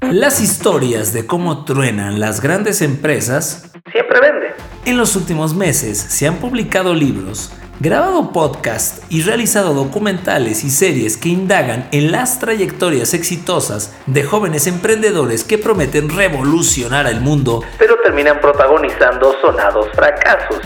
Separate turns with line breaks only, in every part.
Las historias de cómo truenan las grandes empresas
siempre vende.
En los últimos meses se han publicado libros, grabado podcasts y realizado documentales y series que indagan en las trayectorias exitosas de jóvenes emprendedores que prometen revolucionar al mundo,
pero terminan protagonizando sonados fracasos.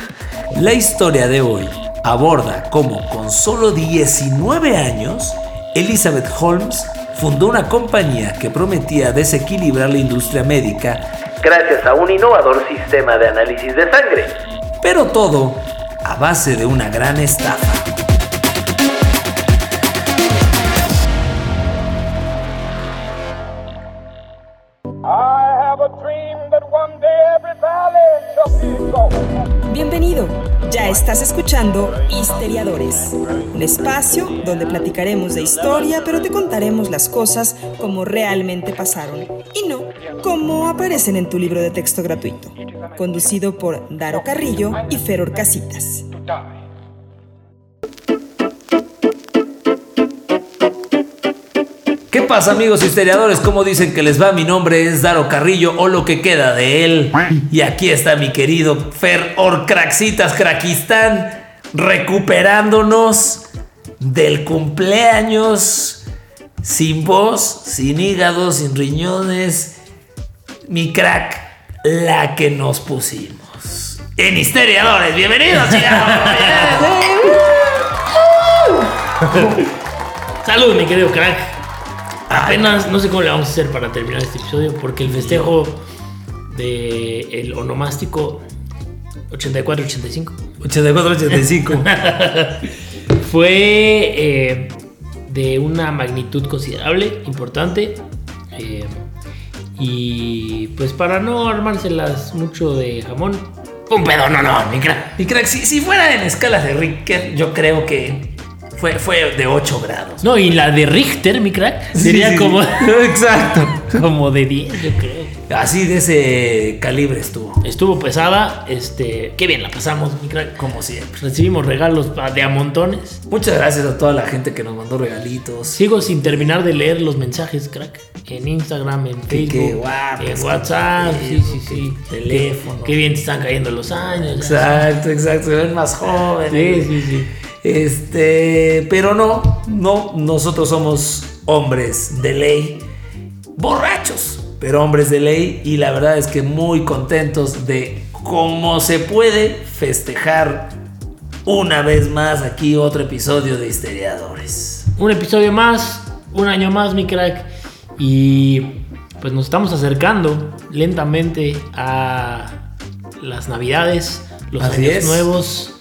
La historia de hoy aborda cómo con solo 19 años, Elizabeth Holmes fundó una compañía que prometía desequilibrar la industria médica
gracias a un innovador sistema de análisis de sangre.
Pero todo a base de una gran estafa.
Bienvenido, ya estás escuchando Histeriadores, un espacio donde platicaremos de historia, pero te contaremos las cosas como realmente pasaron y no como aparecen en tu libro de texto gratuito, conducido por Daro Carrillo y Feror Casitas.
¿Qué pasa amigos historiadores? ¿Cómo dicen que les va? Mi nombre es Daro Carrillo o lo que queda de él. Y aquí está mi querido Fer Orcraxitas Craquistán recuperándonos del cumpleaños sin voz, sin hígado, sin riñones. Mi crack, la que nos pusimos. En historiadores, bienvenidos.
Salud, mi querido crack. Apenas no sé cómo le vamos a hacer para terminar este episodio porque el festejo de el onomástico 84-85
84-85.
fue eh, de una magnitud considerable, importante. eh, y pues para no armárselas mucho de jamón,
Un pedo, no, no, mi crack. Mi crack, si, si fuera en escalas de Richter, yo creo que fue, fue de 8 grados.
No, y la de Richter, mi crack, sería
Sí, sí,
como,
sí. Exacto.
como de 10, yo creo.
Así de ese calibre estuvo,
Estuvo pesada, este, qué bien la pasamos, mi crack.
como siempre.
Recibimos regalos pa- de a montones.
Muchas gracias a toda la gente que nos mandó regalitos.
Sigo sin terminar de leer los mensajes, crack. En Instagram, en
Que-
Facebook,
que guap, que
en
está
WhatsApp, sí,
Facebook,
sí, sí.
que teléfono.
Qué, qué bien te están cayendo los años. ya.
Exacto, exacto, se ven más
Sí,
jóvenes.
sí, sí.
Este, pero no, no, nosotros somos hombres de ley, borrachos, pero hombres de ley y la verdad es que muy contentos de cómo se puede festejar una vez más aquí otro episodio de Histeriadores.
Un episodio más, un año más, mi crack. Y pues nos estamos acercando lentamente a las navidades, los
Así
años
es.
nuevos.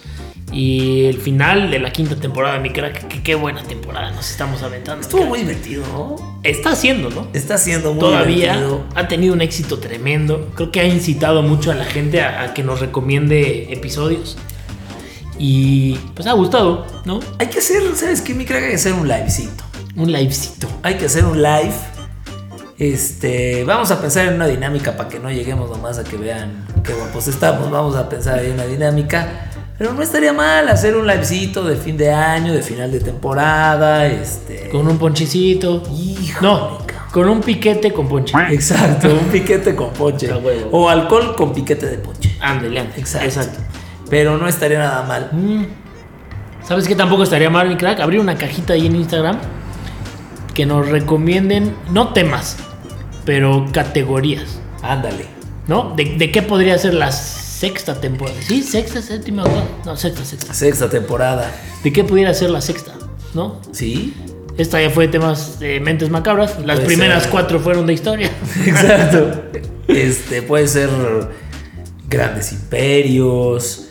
Y el final de la quinta temporada, mi crack. Que qué buena temporada nos estamos aventando.
Estuvo
crack.
muy divertido, ¿no?
Está haciendo, ¿no?
Está siendo muy
todavía
divertido.
ha tenido un éxito tremendo. Creo que ha incitado mucho a la gente a, a que nos recomiende episodios. Y pues ha gustado, ¿no?
Hay que hacer, ¿sabes qué? Mi crack, hay que hacer un livecito.
Un livecito.
hay que hacer un live. Este, vamos a pensar en una dinámica para que no lleguemos nomás a que vean qué guapos estamos. Vamos a pensar en una dinámica. Pero no estaría mal hacer un livecito de fin de año, de final de temporada. Este.
Con un ponchecito.
Híjole,
No,
cabrón.
con un piquete con ponche.
Exacto, un piquete con ponche.
A huevo.
O alcohol con piquete de ponche.
Ándale, ándale.
Exacto. Pero no estaría nada mal.
Mm. ¿Sabes qué tampoco estaría mal, mi crack? Abrir una cajita ahí en Instagram que nos recomienden, no temas, pero categorías.
Ándale.
¿No? ¿De, de qué podría ser la sexta temporada? Sí, sexta, séptima, octava. No, sexta, sexta.
Sexta temporada.
¿De qué pudiera ser la sexta? ¿No?
¿Sí?
Esta ya fue de temas de mentes macabras. Las
Puede
primeras
ser.
cuatro fueron de historia.
Exacto. Este puede ser grandes imperios,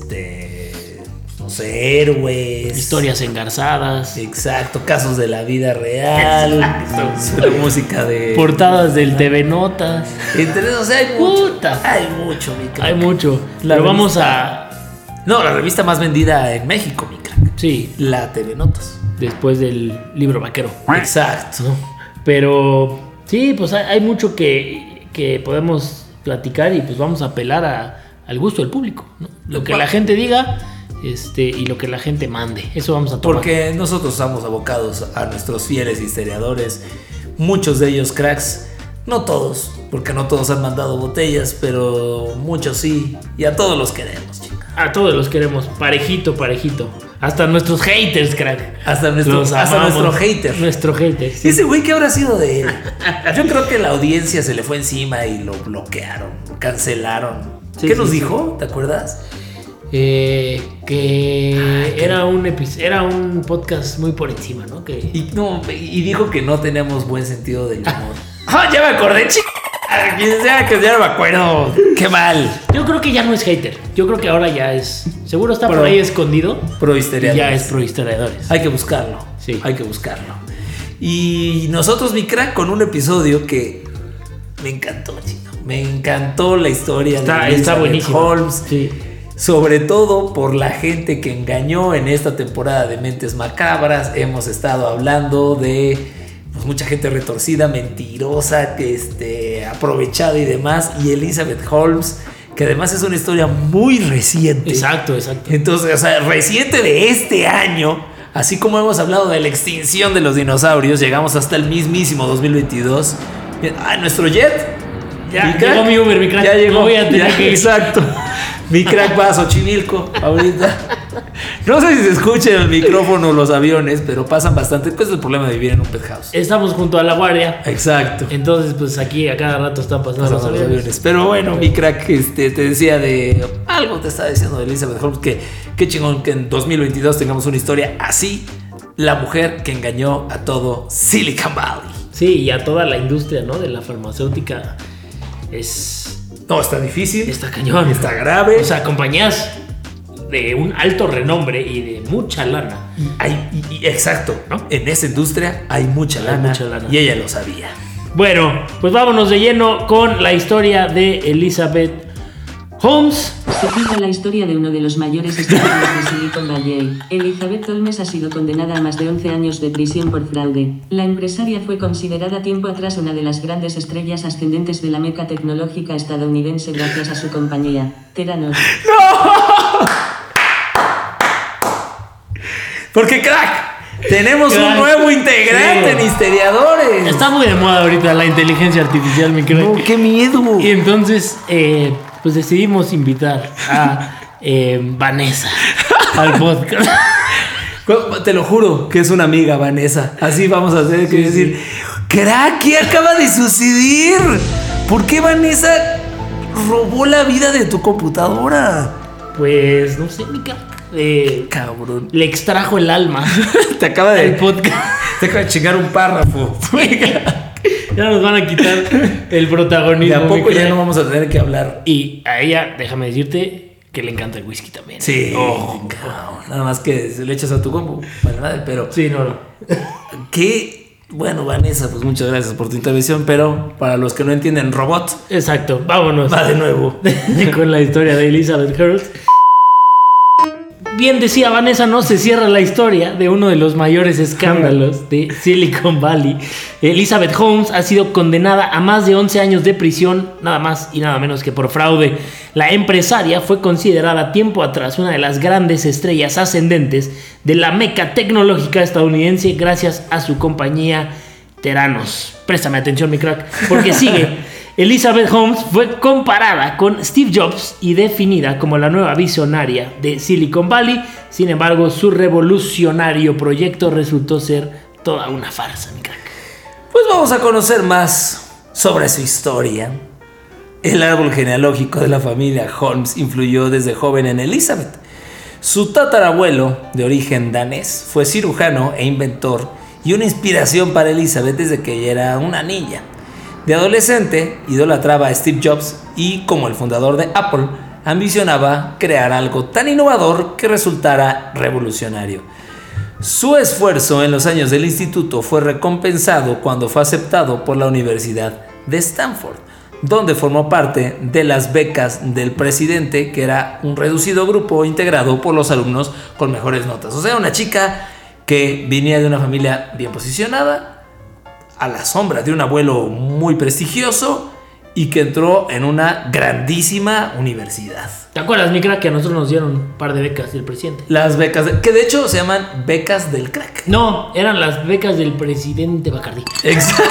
este, no sé, héroes.
Historias engarzadas.
Exacto, casos de la vida real.
Exacto.
La música de
Portadas del TV Notas.
Entonces, o sea, hay mucho.
Puta.
Hay mucho, mi crack.
Hay mucho.
La
Pero vamos
revista.
a.
No, la revista más vendida en México, mi crack.
Sí,
La TV Notas.
después del libro vaquero.
Exacto.
Pero sí, pues hay, hay mucho que, que podemos platicar y pues vamos a apelar a- al gusto del público. ¿no? Lo que la gente diga este, y lo que la gente mande. Eso vamos a tomar.
Porque nosotros estamos abocados a nuestros fieles historiadores, muchos de ellos cracks No todos, porque no todos han mandado botellas, pero muchos sí. Y a todos los queremos, chicos.
A todos los queremos, parejito, parejito. Hasta nuestros haters, crack.
Hasta nuestro,
Los
hasta
amamos.
nuestro hater.
Nuestro hater. sí.
Ese güey, ¿qué habrá sido de él? Yo creo que la audiencia se le fue encima y lo bloquearon, lo cancelaron.
Sí,
¿Qué
sí,
nos
sí.
dijo? ¿Te acuerdas?
Eh, que
Ah, qué
era un epi- era un podcast muy por encima, ¿no? Que
Y, no, y dijo que no tenemos buen sentido del humor. ¡Ah, ya me acordé, chico! Quien sea que ya no me acuerdo. ¡Qué mal!
yo creo que ya no es hater. Yo creo que ahora ya es. Seguro está
Pro.
por ahí escondido. Y
Prohisteria.
ya es pro historiadores.
Hay que buscarlo.
Sí.
Hay que buscarlo. Y nosotros, mi crack, con un episodio que me encantó, chino. Me encantó la historia
Está,
de
está
Elizabeth
buenísimo.
Holmes.
Sí.
Sobre todo por la gente que engañó en esta temporada de Mentes Macabras. Hemos estado hablando de pues, mucha gente retorcida, mentirosa, que, este, aprovechada y demás. Y Elizabeth Holmes, que además es una historia muy reciente.
Exacto, exacto.
Entonces, o sea, reciente de este año, así como hemos hablado de la extinción de los dinosaurios, llegamos hasta el mismísimo 2022. Bien, Ah, nuestro jet.
Ya
Mi crack,
llegó mi Uber, mi crack.
Ya
No
llegó.
voy a tener
ya,
que-
Exacto. Mi crack va a Xochimilco ahorita. No sé si se escucha en el micrófono los aviones, pero pasan bastante. Pues es el problema de vivir en un penthouse.
Estamos junto a la guardia.
Exacto.
Entonces, pues aquí a cada rato están pasando
Pasan
los
los
aviones.
aviones. Pero bueno, mi crack este, te decía de algo, te estaba diciendo de Elizabeth Holmes, que qué chingón que en 2022 tengamos una historia así, la mujer que engañó a todo Silicon Valley.
Sí, y a toda la industria, ¿no? De la farmacéutica. Es.
No, está difícil,
Está cañón.
está grave.
O sea, compañías de un alto renombre y de mucha lana.
Hay- y- y- exacto,
¿No?
en esa industria hay mucha
Hay
lana,
mucha lana.
y ella lo sabía.
Bueno, pues vámonos de lleno con la historia de Elizabeth Holmes.
Se cuenta la historia de uno de los mayores estafadores de Silicon Valley. Elizabeth Holmes ha sido condenada a más de 11 años de prisión por fraude. La empresaria fue considerada tiempo atrás una de las grandes estrellas ascendentes de la meca tecnológica estadounidense gracias a su compañía, Theranos.
Porque crack, tenemos un
Crack.
nuevo integrante
Sí.
en Histeriadores.
Está muy de moda ahorita la inteligencia artificial, mi creo.
No, qué miedo.
Y entonces, eh, pues decidimos invitar a eh, Vanessa al podcast.
Te lo juro que es una amiga, Vanessa. Así vamos a hacer que
Sí,
decir, crack, ¿qué acaba de suceder? ¿Por qué Vanessa robó la vida de tu computadora?
Pues no sé, mi crack. Eh,
Cabrón.
le extrajo el alma
Te acaba
al
de
podcast.
te acaba de chingar un párrafo.
Ya nos van a quitar el protagonismo.
De a
mi
poco ya
crack.
no vamos a tener que hablar.
Y a ella, déjame decirte que le encanta el whisky también.
Sí,
Oh.
cabrón. Nada más que se le echas a tu compu. Vale, madre, pero
Sí, no, no.
que bueno, Vanessa, pues muchas gracias por tu intervención, pero para los que no entienden robot,
Exacto, vámonos.
va de nuevo.
Con la historia de Elizabeth Hurst. Bien decía Vanessa, no se cierra la historia de uno de los mayores escándalos de Silicon Valley. Elizabeth Holmes ha sido condenada a más de 11 años de prisión, nada más y nada menos que por fraude. La empresaria fue considerada tiempo atrás una de las grandes estrellas ascendentes de la meca tecnológica estadounidense gracias a su compañía Teranos. Préstame atención, mi crack. Porque sigue. Elizabeth Holmes fue comparada con Steve Jobs y definida como la nueva visionaria de Silicon Valley. Sin embargo, su revolucionario proyecto resultó ser toda una farsa, mi crack.
Pues vamos a conocer más sobre su historia. El árbol genealógico de la familia Holmes influyó desde joven en Elizabeth. Su tatarabuelo, de origen danés, fue cirujano e inventor y una inspiración para Elizabeth desde que ella era una niña. De adolescente, idolatraba a Steve Jobs y, como el fundador de Apple, ambicionaba crear algo tan innovador que resultara revolucionario. Su esfuerzo en los años del instituto fue recompensado cuando fue aceptado por la Universidad de Stanford, donde formó parte de las becas del presidente, que era un reducido grupo integrado por los alumnos con mejores notas. O sea, una chica que venía de una familia bien posicionada, a la sombra de un abuelo muy prestigioso y que entró en una grandísima universidad.
¿Te acuerdas, mi crack, que a nosotros nos dieron un par de becas del presidente?
Las becas, de- que de hecho se llaman becas del crack.
No, eran las becas del presidente Bacardí.
Exacto.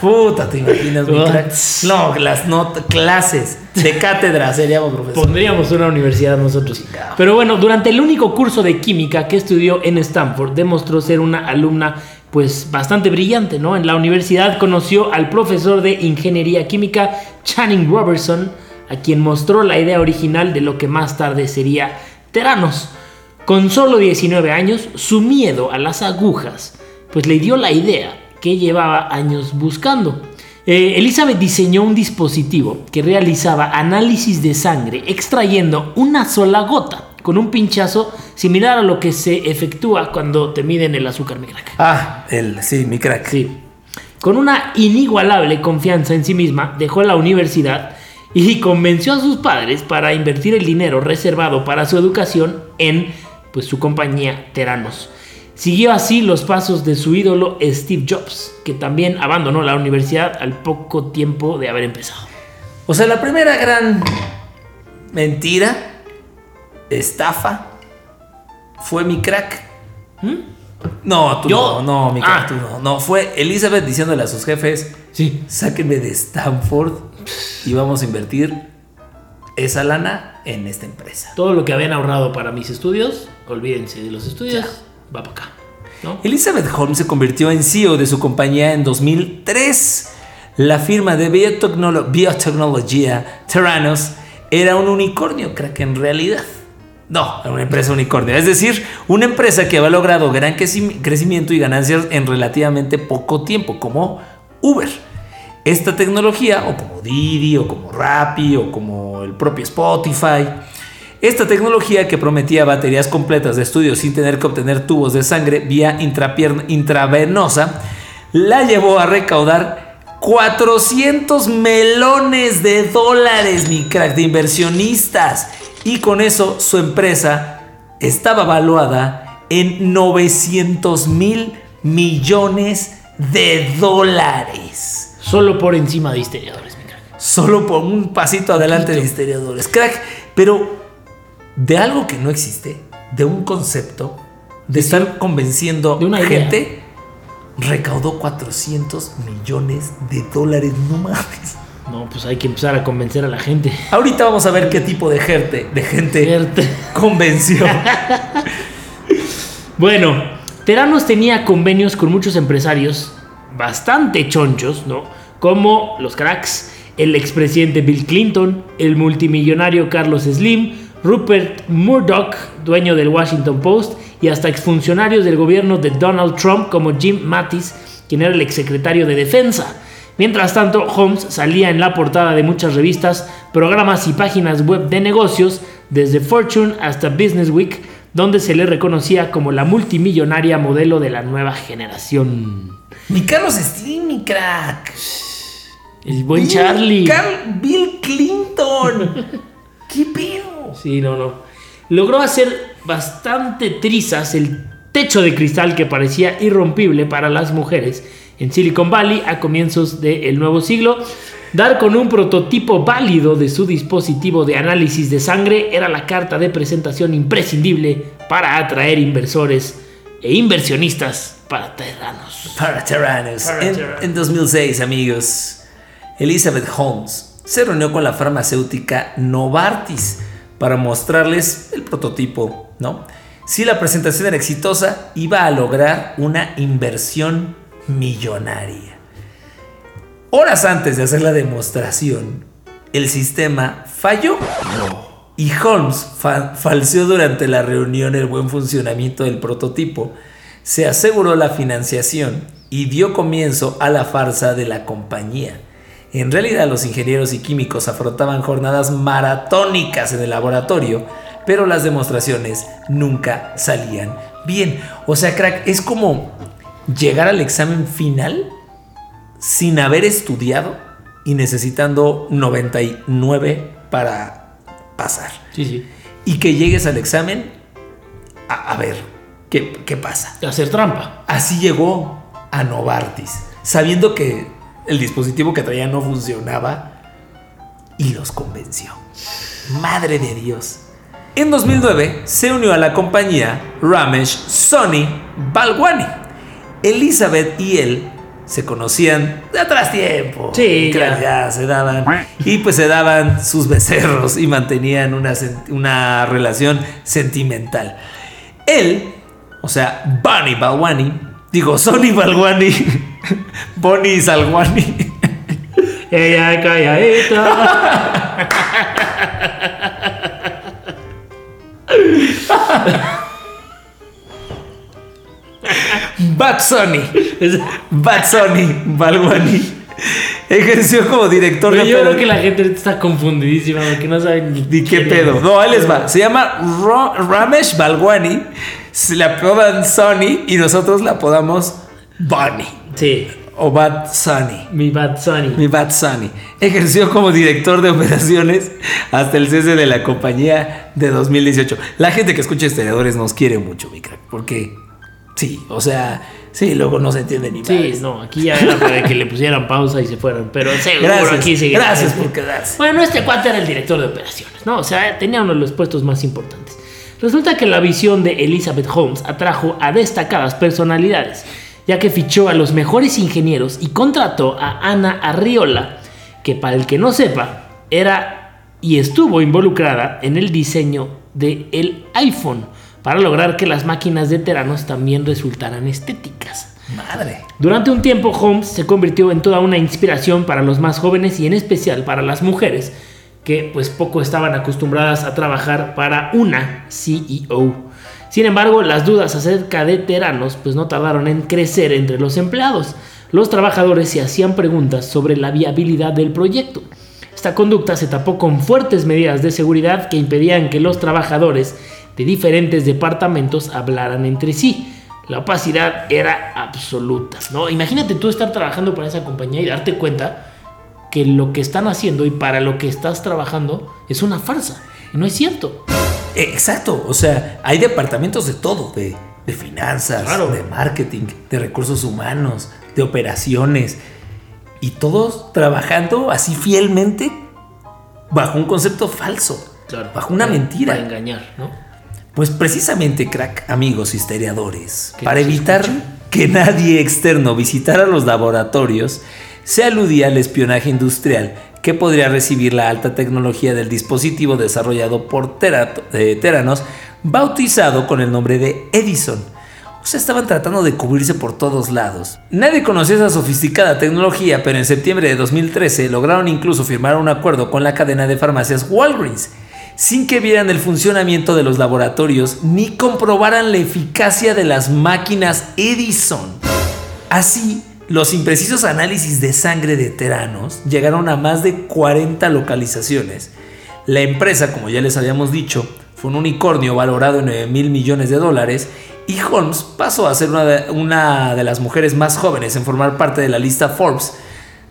Puta, te imaginas, mi crack. No, las not- clases de cátedra seríamos profesor.
Pondríamos una universidad nosotros.
Chingado.
Pero bueno, durante el único curso de química que estudió en Stanford, demostró ser una alumna pues bastante brillante, ¿no? En la universidad conoció al profesor de ingeniería química Channing Robertson, a quien mostró la idea original de lo que más tarde sería Teranos. Con solo 19 años, su miedo a las agujas pues le dio la idea que llevaba años buscando. Eh, Elizabeth diseñó un dispositivo que realizaba análisis de sangre extrayendo una sola gota con un pinchazo similar a lo que se efectúa cuando te miden el azúcar, mi crack.
Ah, el, sí, mi crack.
Sí. Con una inigualable confianza en sí misma, dejó la universidad y convenció a sus padres para invertir el dinero reservado para su educación en pues, su compañía Teranos. Siguió así los pasos de su ídolo Steve Jobs, que también abandonó la universidad al poco tiempo de haber empezado.
O sea, la primera gran mentira, estafa, fue mi crack. ¿Mm? No, tú
¿Yo?
no, no, mi crack,
Ah.
tú no. No, fue Elizabeth diciéndole a sus jefes,
Sí.
sáquenme de Stanford y vamos a invertir esa lana en esta empresa.
Todo lo que habían ahorrado para mis estudios, olvídense de los estudios, va para acá. ¿no?
Elizabeth Holmes se convirtió en CEO de su compañía en 2003. La firma de biotecnolo- biotecnología Terranos era un unicornio, crack, en realidad. No, era una empresa unicornio. Es decir, una empresa que había logrado gran creci- crecimiento y ganancias en relativamente poco tiempo, como Uber. Esta tecnología, o como Didi, o como Rappi, o como el propio Spotify, esta tecnología que prometía baterías completas de estudio sin tener que obtener tubos de sangre vía intrapier- intravenosa, la llevó a recaudar 400 melones de dólares, mi crack, de inversionistas. Y con eso su empresa estaba valuada en 900 mil millones de dólares
Solo por encima de historiadores, mi crack.
solo por un pasito adelante de historiadores. Crack, pero de algo que no existe, de un concepto, de estar convenciendo
de una idea.
gente, recaudó 400 millones de dólares, no mames.
No, pues hay que empezar a convencer a la gente.
Ahorita vamos a ver qué tipo de gente, de gente
Cierto.
convenció.
Bueno, Teranos tenía convenios con muchos empresarios bastante chonchos, ¿no? Como los cracks, el expresidente Bill Clinton, el multimillonario Carlos Slim, Rupert Murdoch, dueño del Washington Post, y hasta exfuncionarios del gobierno de Donald Trump como Jim Mattis, quien era el exsecretario de Defensa. Mientras tanto, Holmes salía en la portada de muchas revistas, programas y páginas web de negocios, desde Fortune hasta Business Week, donde se le reconocía como la multimillonaria modelo de la nueva generación.
mi Carlos Slim, mi crack.
El buen
Bill
Charlie.
Cal- Bill Clinton. ¿Qué pedo?
Sí, no, no. Logró hacer bastante trizas el techo de cristal que parecía irrompible para las mujeres en Silicon Valley a comienzos del nuevo siglo. Dar con un prototipo válido de su dispositivo de análisis de sangre era la carta de presentación imprescindible para atraer inversores e inversionistas para Terranos.
Para Tyrannus.
Para
en,
Tyrannus.
en 2006, amigos, Elizabeth Holmes se reunió con la farmacéutica Novartis para mostrarles el prototipo, ¿no? Si la presentación era exitosa, iba a lograr una inversión millonaria. Horas antes de hacer la demostración, el sistema falló. Y Holmes fa- falseó durante la reunión el buen funcionamiento del prototipo, se aseguró la financiación y dio comienzo a la farsa de la compañía. En realidad los ingenieros y químicos afrontaban jornadas maratónicas en el laboratorio, pero las demostraciones nunca salían bien. O sea, crack, es como llegar al examen final sin haber estudiado y necesitando 99 para pasar.
Sí, sí.
Y que llegues al examen a, a ver qué, qué pasa.
Hacer trampa.
Así llegó a Novartis, sabiendo que el dispositivo que traía no funcionaba y los convenció. Madre de Dios. En 2009 se unió a la compañía Ramesh Sony Balwani. Elizabeth y él se conocían de atrás tiempo.
Sí,
Y claro,
ya.
ya se daban. Y pues se daban sus becerros y mantenían una, sen- una relación sentimental. Él, o sea, Bonnie Balwani, digo, Sonny Balwani, Bonnie Salwani.
Ella es calladita.
Bad Sony. Bad Sony Balwani. Ejerció como director
Pero
de
yo
opera-
creo que la gente está confundidísima porque no saben ni
¿Y qué
quién
pedo?
es.
No, ahí les va. Se llama Ro- Ramesh Balwani. Se le apodan Sony y nosotros la apodamos Bonnie
Sí,
o Bad Sony.
mi Bad Bunny.
Mi Bad Sony. Ejerció como director de operaciones hasta el cese de la compañía de 2018. La gente que escucha historiadores nos quiere mucho, mi crack, porque sí, o sea, sí, luego no se entiende ni
Sí,
madres.
no, aquí ya era para que le pusieran pausa y se fueran, pero seguro
Gracias,
aquí sigue.
gracias por quedarse.
Bueno, este cuate era el director de operaciones, ¿no? O sea, tenía uno de los puestos más importantes. Resulta que la visión de Elizabeth Holmes atrajo a destacadas personalidades, ya que fichó a los mejores ingenieros y contrató a Ana Arriola, que para el que no sepa, era y estuvo involucrada en el diseño del el iPhone, para lograr que las máquinas de teranos también resultaran estéticas.
Madre.
Durante un tiempo, Holmes se convirtió en toda una inspiración para los más jóvenes y en especial para las mujeres, que pues poco estaban acostumbradas a trabajar para una CEO. Sin embargo, las dudas acerca de Teranos pues no tardaron en crecer entre los empleados. Los trabajadores se hacían preguntas sobre la viabilidad del proyecto. Esta conducta se tapó con fuertes medidas de seguridad que impedían que los trabajadores de diferentes departamentos hablaran entre sí. La opacidad era absoluta, ¿no? Imagínate tú estar trabajando para esa compañía y darte cuenta que lo que están haciendo y para lo que estás trabajando es una farsa. Y no es cierto.
Eh, Exacto, o sea, hay departamentos de todo, de, de finanzas,
Claro.
de marketing, de recursos humanos, de operaciones, y todos trabajando así fielmente bajo un concepto falso, bajo una
Para-
mentira.
Para engañar, ¿no?
Pues precisamente, crack, amigos historiadores,
¿Qué
para
nos
evitar
escuchan?
que nadie externo visitara los laboratorios, se aludía al espionaje industrial que podría recibir la alta tecnología del dispositivo desarrollado por Tera- eh, Teranos, bautizado con el nombre de Edison. O sea, estaban tratando de cubrirse por todos lados. Nadie conocía esa sofisticada tecnología, pero en septiembre de 2013 lograron incluso firmar un acuerdo con la cadena de farmacias Walgreens sin que vieran el funcionamiento de los laboratorios ni comprobaran la eficacia de las máquinas Edison. Así, los imprecisos análisis de sangre de teranos llegaron a más de 40 localizaciones. La empresa, como ya les habíamos dicho, fue un unicornio valorado en 9 mil millones de dólares y Holmes pasó a ser una de, una de las mujeres más jóvenes en formar parte de la lista Forbes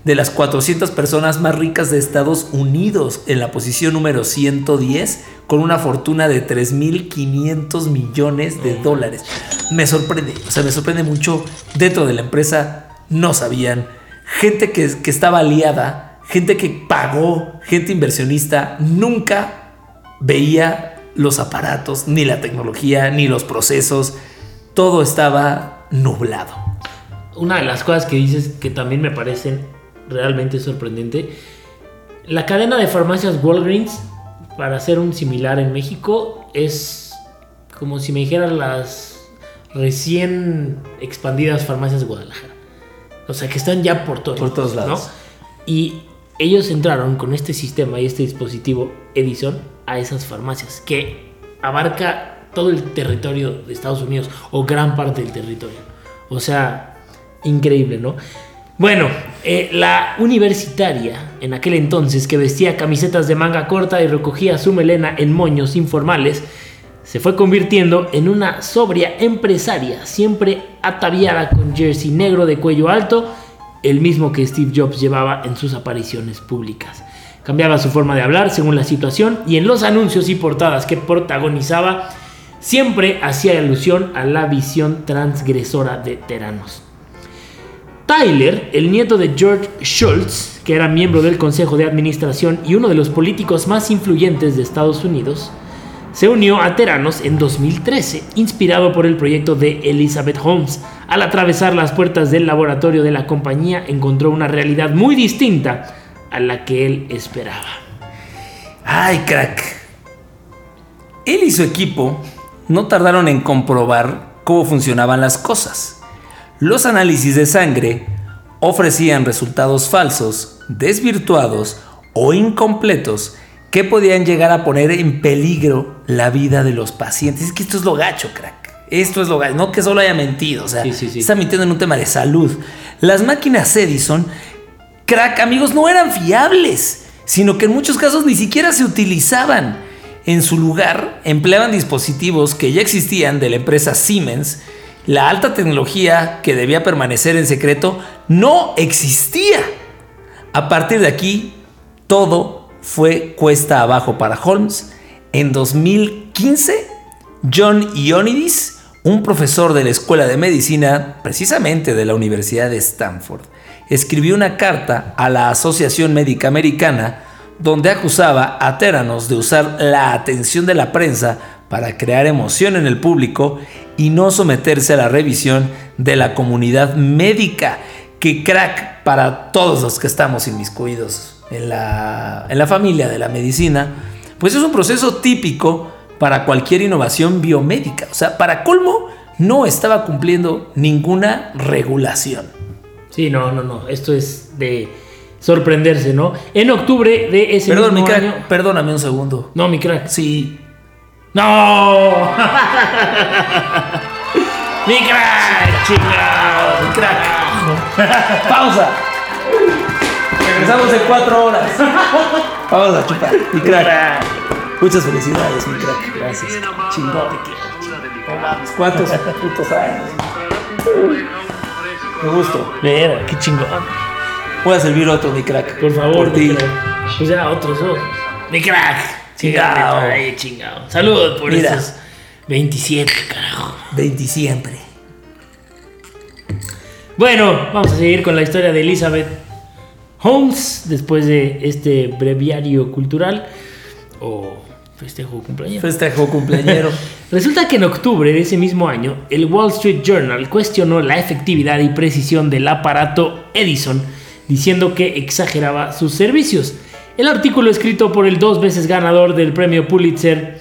de las 400 personas más ricas de Estados Unidos en la posición número 110 con una fortuna de 3.500 millones de dólares. Me sorprende, o sea, me sorprende mucho dentro de la empresa no sabían. Gente que, que estaba aliada, gente que pagó, gente inversionista, nunca veía los aparatos, ni la tecnología, ni los procesos. Todo estaba nublado.
Una de las cosas que dices que también me parecen realmente sorprendente, la cadena de farmacias Walgreens, para hacer un similar en México, es como si me dijeran las recién expandidas farmacias Guadalajara. O sea, que están ya por todos,
Por todos
lados,
lados.
Y ellos entraron con este sistema y este dispositivo Edison a esas farmacias, que abarca todo el territorio de Estados Unidos o gran parte del territorio. O sea, increíble, ¿no? Bueno, eh, la universitaria en aquel entonces que vestía camisetas de manga corta y recogía su melena en moños informales, se fue convirtiendo en una sobria empresaria, siempre ataviada con jersey negro de cuello alto, el mismo que Steve Jobs llevaba en sus apariciones públicas. Cambiaba su forma de hablar según la situación y en los anuncios y portadas que protagonizaba siempre hacía alusión a la visión transgresora de Teranos. Tyler, el nieto de George Shultz, que era miembro del Consejo de Administración y uno de los políticos más influyentes de Estados Unidos, se unió a Teranos en 2013, inspirado por el proyecto de Elizabeth Holmes. Al atravesar las puertas del laboratorio de la compañía, encontró una realidad muy distinta a la que él esperaba.
Ay, crack. Él y su equipo no tardaron en comprobar cómo funcionaban las cosas. Los análisis de sangre ofrecían resultados falsos, desvirtuados o incompletos que podían llegar a poner en peligro la vida de los pacientes. Es que esto es lo gacho, crack. Esto es lo gacho. No que solo haya mentido, o sea,
Sí, sí, sí.
está mintiendo en un tema de salud. Las máquinas Edison, crack, amigos, no eran fiables, sino que en muchos casos ni siquiera se utilizaban. En su lugar, empleaban dispositivos que ya existían de la empresa Siemens. La alta tecnología que debía permanecer en secreto no existía. A partir de aquí, todo fue cuesta abajo para Holmes. En 2015, John Ioannidis, un profesor de la Escuela de Medicina, precisamente de la Universidad de Stanford, escribió una carta a la Asociación Médica Americana donde acusaba a Teranos de usar la atención de la prensa para crear emoción en el público y no someterse a la revisión de la comunidad médica. Que crack para todos los que estamos inmiscuidos en la, en la familia de la medicina, pues es un proceso típico para cualquier innovación biomédica. O sea, para colmo, no estaba cumpliendo ninguna regulación.
Sí, no, no, no. Esto es de sorprenderse, ¿no? En octubre de ese
Perdón, mi
mismo
crack,
año.
perdóname un segundo.
No, mi crack.
Sí,
¡No! ¡Mi crack! ¡Chingado!
mi crack. Pausa. Regresamos en cuatro horas. Vamos a chupar. Mi crack. Muchas felicidades, mi crack. Gracias. Chingón. ¿Cuántos putos años? Me gusto.
Mira, qué chingón.
Voy a servir otro, mi crack.
Por favor,
Por ti.
mi crack. Pues ya, otros dos. Mi crack.
Chingao.
Chingado. Ay, chingado. Saludos por
Mira.
esos 27, carajo.
De diciembre.
Bueno, vamos a seguir con la historia de Elizabeth Holmes después de este breviario cultural o festejo de cumpleaños.
Festejo cumpleañero.
Resulta que en octubre de ese mismo año, el Wall Street Journal cuestionó la efectividad y precisión del aparato Edison, diciendo que exageraba sus servicios. El artículo escrito por el dos veces ganador del premio Pulitzer,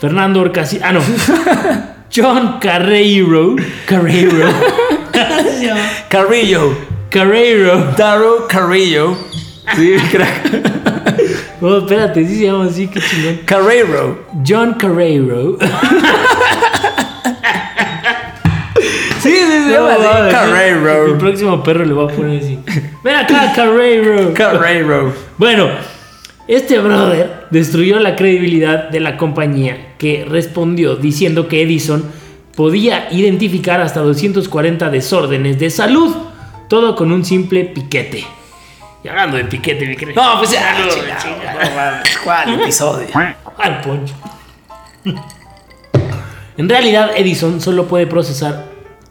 Fernando Orcasi... Ah, no. John Carreiro. Carreiro.
Carrillo.
Carreiro.
Daro Carrillo. Sí, mi crack.
Oh, espérate, sí se llama así, qué chingón.
Carrillo.
John Carreiro.
Sí, sí, sí.
No, mames, El
Carrillo.
próximo perro le voy a poner así. Ven acá, Carreiro.
Carrillo.
Bueno, este brother destruyó la credibilidad de la compañía que respondió diciendo que Edison podía identificar hasta 240 desórdenes de salud, todo con un simple piquete. Y hablando de piquete, mi querido. Ah,
No, pues ya,
Saludos,
chingado,
chingado.
no mames, ¿Cuál episodio?
Al poncho. En realidad, Edison solo puede procesar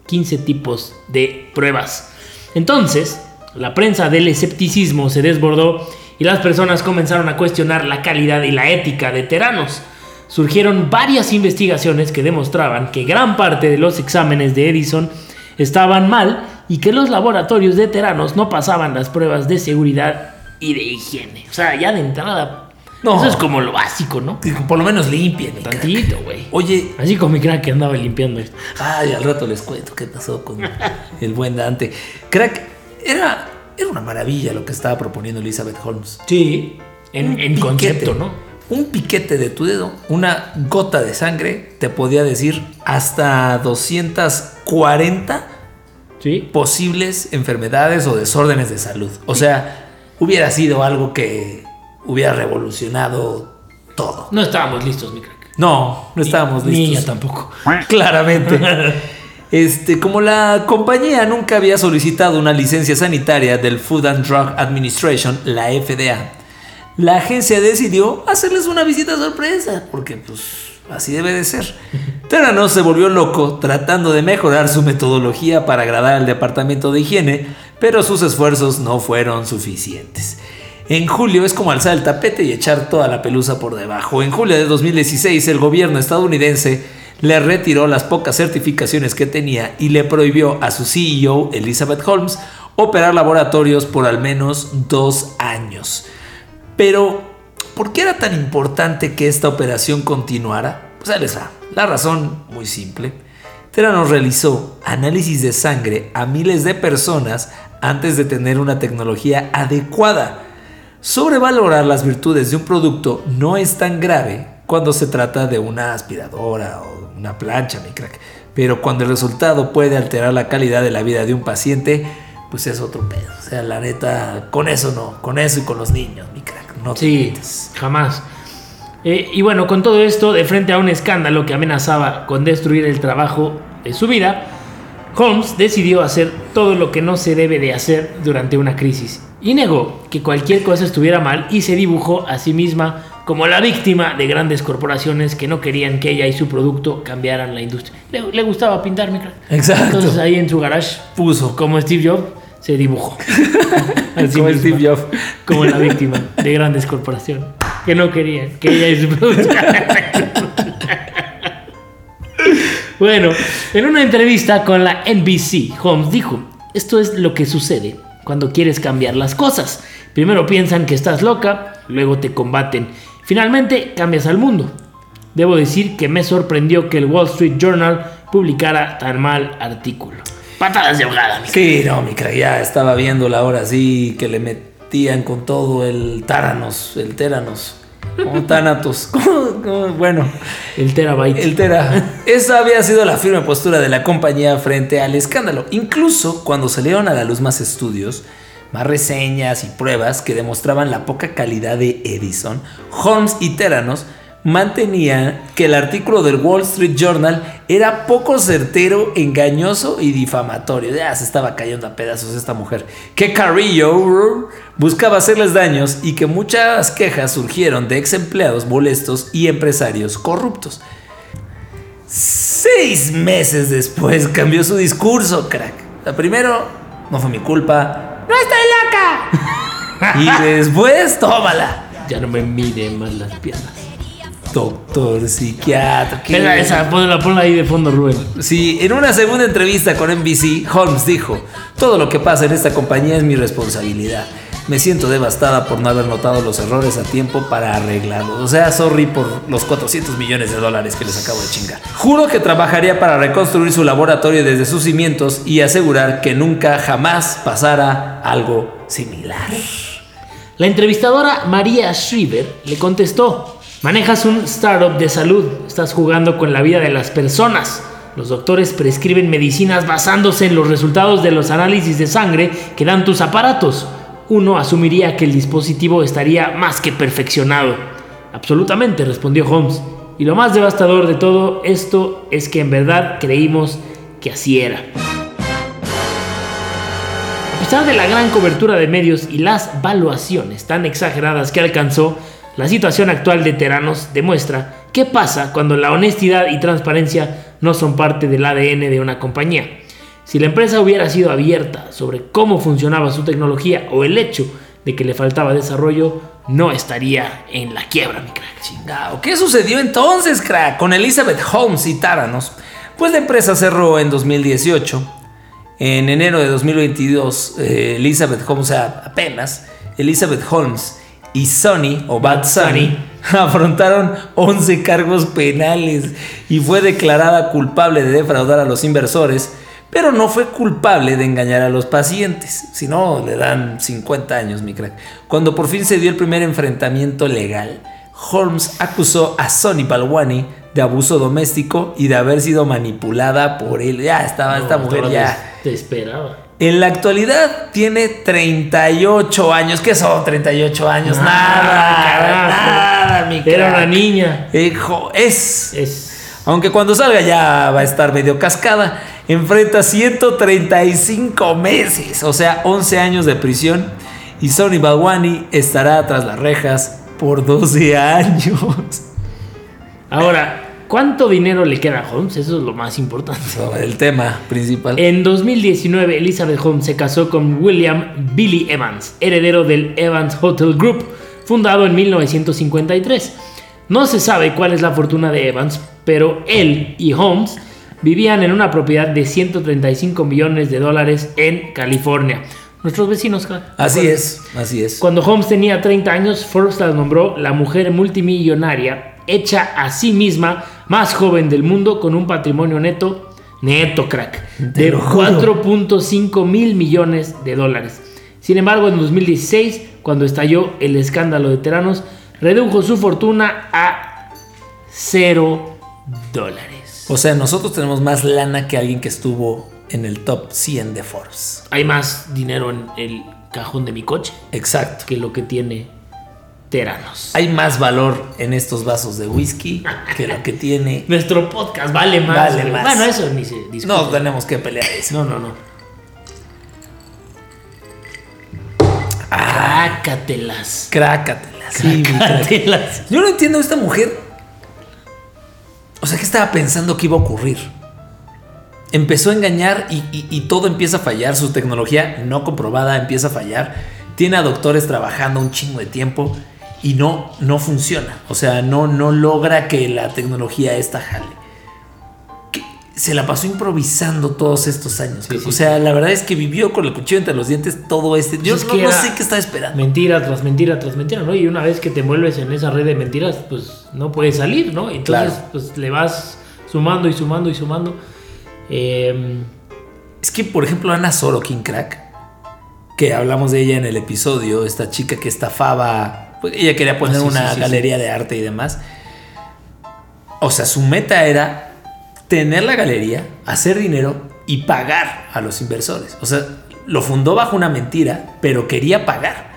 15 tipos de pruebas. Entonces, la prensa del escepticismo se desbordó y las personas comenzaron a cuestionar la calidad y la ética de Teranos. Surgieron varias investigaciones que demostraban que gran parte de los exámenes de Edison estaban mal y que los laboratorios de Teranos no pasaban las pruebas de seguridad y de higiene. O sea, ya de entrada,
No.
eso es como lo básico, ¿no?
Que Por lo menos limpien. mi crack.
Tantito, güey.
Oye,
Así como mi crack que andaba limpiando esto.
ay, al rato les cuento qué pasó con el buen Dante. Crack, era, era una maravilla lo que estaba proponiendo Elizabeth Holmes.
Sí. En, en
Piquete.
concepto, ¿no?
Un piquete de tu dedo, una gota de sangre, te podía decir hasta 240
Sí.
posibles enfermedades o desórdenes de salud. O sea, hubiera sido algo que hubiera revolucionado todo.
No estábamos listos, mi crack.
No, no estábamos
Ni
listos.
ella tampoco.
Claramente. Este, como la compañía nunca había solicitado una licencia sanitaria del Food and Drug Administration, la FDA, la agencia decidió hacerles una visita sorpresa, porque pues así debe de ser. Teranos se volvió loco tratando de mejorar su metodología para agradar al departamento de higiene, pero sus esfuerzos no fueron suficientes. En julio es como alzar el tapete y echar toda la pelusa por debajo. En julio de 2016 el gobierno estadounidense le retiró las pocas certificaciones que tenía y le prohibió a su CEO, Elizabeth Holmes, operar laboratorios por al menos dos años. Pero, ¿por qué era tan importante que esta operación continuara? Pues ahí les va. La razón, muy simple. Teranos realizó análisis de sangre a miles de personas antes de tener una tecnología adecuada. Sobrevalorar las virtudes de un producto no es tan grave cuando se trata de una aspiradora o una plancha, mi crack. Pero cuando el resultado puede alterar la calidad de la vida de un paciente, pues es otro pedo. O sea, la neta, con eso no, con eso y con los niños, mi crack. No te
Sí,
metas.
jamás. Eh, y bueno, con todo esto, de frente a un escándalo que amenazaba con destruir el trabajo de su vida, Holmes decidió hacer todo lo que no se debe de hacer durante una crisis y negó que cualquier cosa estuviera mal y se dibujó a sí misma como la víctima de grandes corporaciones que no querían que ella y su producto cambiaran la industria. Le, le gustaba pintar, mi crack.
Exacto.
Entonces ahí en su garage,
Puso
como Steve Jobs, se dibujó. A sí
como el
misma
Steve Jobs.
como la víctima de grandes corporaciones que no querían que ella y su producto- bueno, en una entrevista con la NBC, Holmes dijo: Esto es lo que sucede cuando quieres cambiar las cosas. Primero piensan que estás loca, luego te combaten. Finalmente cambias al mundo. Debo decir que me sorprendió que el Wall Street Journal publicara tan mal artículo. Patadas de ahogada, mi
Sí, no, mi crack, ya estaba viendo la hora así que le metían con todo el Táranos, el Téranos. Como Tánatos. como- como- bueno,
El terabyte.
El Tera. Esa había sido la firme postura de la compañía frente al escándalo. Incluso cuando salieron a la luz más estudios, más reseñas y pruebas que demostraban la poca calidad de Edison, Holmes y Teranos mantenían que el artículo del Wall Street Journal era poco certero, engañoso y difamatorio. Ya se estaba cayendo a pedazos esta mujer. Que Carrillo brr, buscaba hacerles daños y que muchas quejas surgieron de ex empleados molestos y empresarios corruptos. Seis meses después cambió su discurso, crack. La primero, no fue mi culpa. ¡No estoy loca! y después, tómala.
Ya no me miden más las piernas.
Doctor psiquiatra. ¿qué?
Esa, esa, ponla, ponla ahí de fondo, Rubén.
Sí, en una segunda entrevista con NBC, Holmes dijo, todo lo que pasa en esta compañía es mi responsabilidad. Me siento devastada por no haber notado los errores a tiempo para arreglarlos. O sea, sorry por los 400 millones de dólares que les acabo de chingar. Juro que trabajaría para reconstruir su laboratorio desde sus cimientos y asegurar que nunca jamás pasara algo similar.
La entrevistadora María Shriver le contestó, manejas un startup de salud, estás jugando con la vida de las personas. Los doctores prescriben medicinas basándose en los resultados de los análisis de sangre que dan tus aparatos. Uno asumiría que el dispositivo estaría más que perfeccionado. Absolutamente, respondió Holmes. Y lo más devastador de todo esto es que en verdad creímos que así era. A pesar de la gran cobertura de medios y las valuaciones tan exageradas que alcanzó, la situación actual de Teranos demuestra qué pasa cuando la honestidad y transparencia no son parte del ADN de una compañía. Si la empresa hubiera sido abierta sobre cómo funcionaba su tecnología o el hecho de que le faltaba desarrollo, no estaría en la quiebra, mi crack.
Chingao, ¿Qué sucedió entonces, crack? Con Elizabeth Holmes y Táranos. Pues la empresa cerró en 2018. En enero de 2022, eh, Elizabeth Holmes, o sea, apenas, Elizabeth Holmes y Sonny, o Bad Sonny, afrontaron 11 cargos penales y fue declarada culpable de defraudar a los inversores, pero no fue culpable de engañar a los pacientes. Si no, le dan 50 años, mi crack. Cuando por fin se dio el primer enfrentamiento legal, Holmes acusó a Sonny Balwani de abuso doméstico y de haber sido manipulada por él. Ya estaba esta
No,
mujer,
estaba
ya.
des- Te esperaba.
En la actualidad tiene 38 años. ¿Qué son 38 años? Pues nada,
carajo.
nada, mi
Ah, Era una
crack.
niña.
Hijo, es.
Es...
Aunque cuando salga ya va a estar medio cascada. Enfrenta 135 meses, o sea, 11 años de prisión. Y Sonny Balwani estará tras las rejas por 12 años.
Ahora, ¿Cuánto dinero le queda a Holmes? Eso es lo más importante.
Sobre el tema principal.
En 2019, Elizabeth Holmes se casó con William Billy Evans, heredero del Evans Hotel Group, fundado en 1953. No se sabe cuál es la fortuna de Evans, pero él y Holmes vivían en una propiedad de 135 millones de dólares en California. Nuestros vecinos, claro.
Así es, así es.
Cuando Holmes tenía 30 años, Forbes la nombró la mujer multimillonaria hecha a sí misma más joven del mundo con un patrimonio neto, neto crack, de
lo juro.
4.5 mil millones de dólares. Sin embargo, en 2016, cuando estalló el escándalo de Teranos, redujo su fortuna a 0 dólares.
O sea, nosotros tenemos más lana que alguien que estuvo en el top 100 de Forbes.
Hay más dinero en el cajón de mi coche
Exacto.
que lo que tiene Teranos.
Hay más valor en estos vasos de whisky que lo que tiene.
Nuestro podcast vale más.
Vale
güey.
más.
Bueno, eso ni se discute.
No tenemos que pelear eso.
No, no, no. Ah. Crácatelas.
Crácatelas.
Crácatelas.
Yo no entiendo a esta mujer. O sea, ¿qué estaba pensando que iba a ocurrir? Empezó a engañar y, y- y todo empieza a fallar. Su tecnología no comprobada empieza a fallar. Tiene a doctores trabajando un chingo de tiempo y no, no funciona. O sea, no, no logra que la tecnología esta jale. Que Se la pasó improvisando todos estos años.
Sí, sí, Pues
o sea, la verdad es que vivió con el cuchillo entre los dientes todo este. Yo
es
no,
que
no
era-
sé qué estaba esperando.
Mentira tras mentira tras mentira, ¿no? Y una vez que te envuelves en esa red de mentiras, pues no puedes salir, ¿no? Entonces,
Claro.
pues le vas sumando y sumando y sumando. Eh,
Es que, por ejemplo, Ana Sorokin, crack, que hablamos de ella en el episodio, esta chica que estafaba, pues, ella quería poner
Ah, sí,
una
sí, sí,
galería de arte y demás. O sea, su meta era tener la galería, hacer dinero y pagar a los inversores. O sea, lo fundó bajo una mentira, pero quería pagar.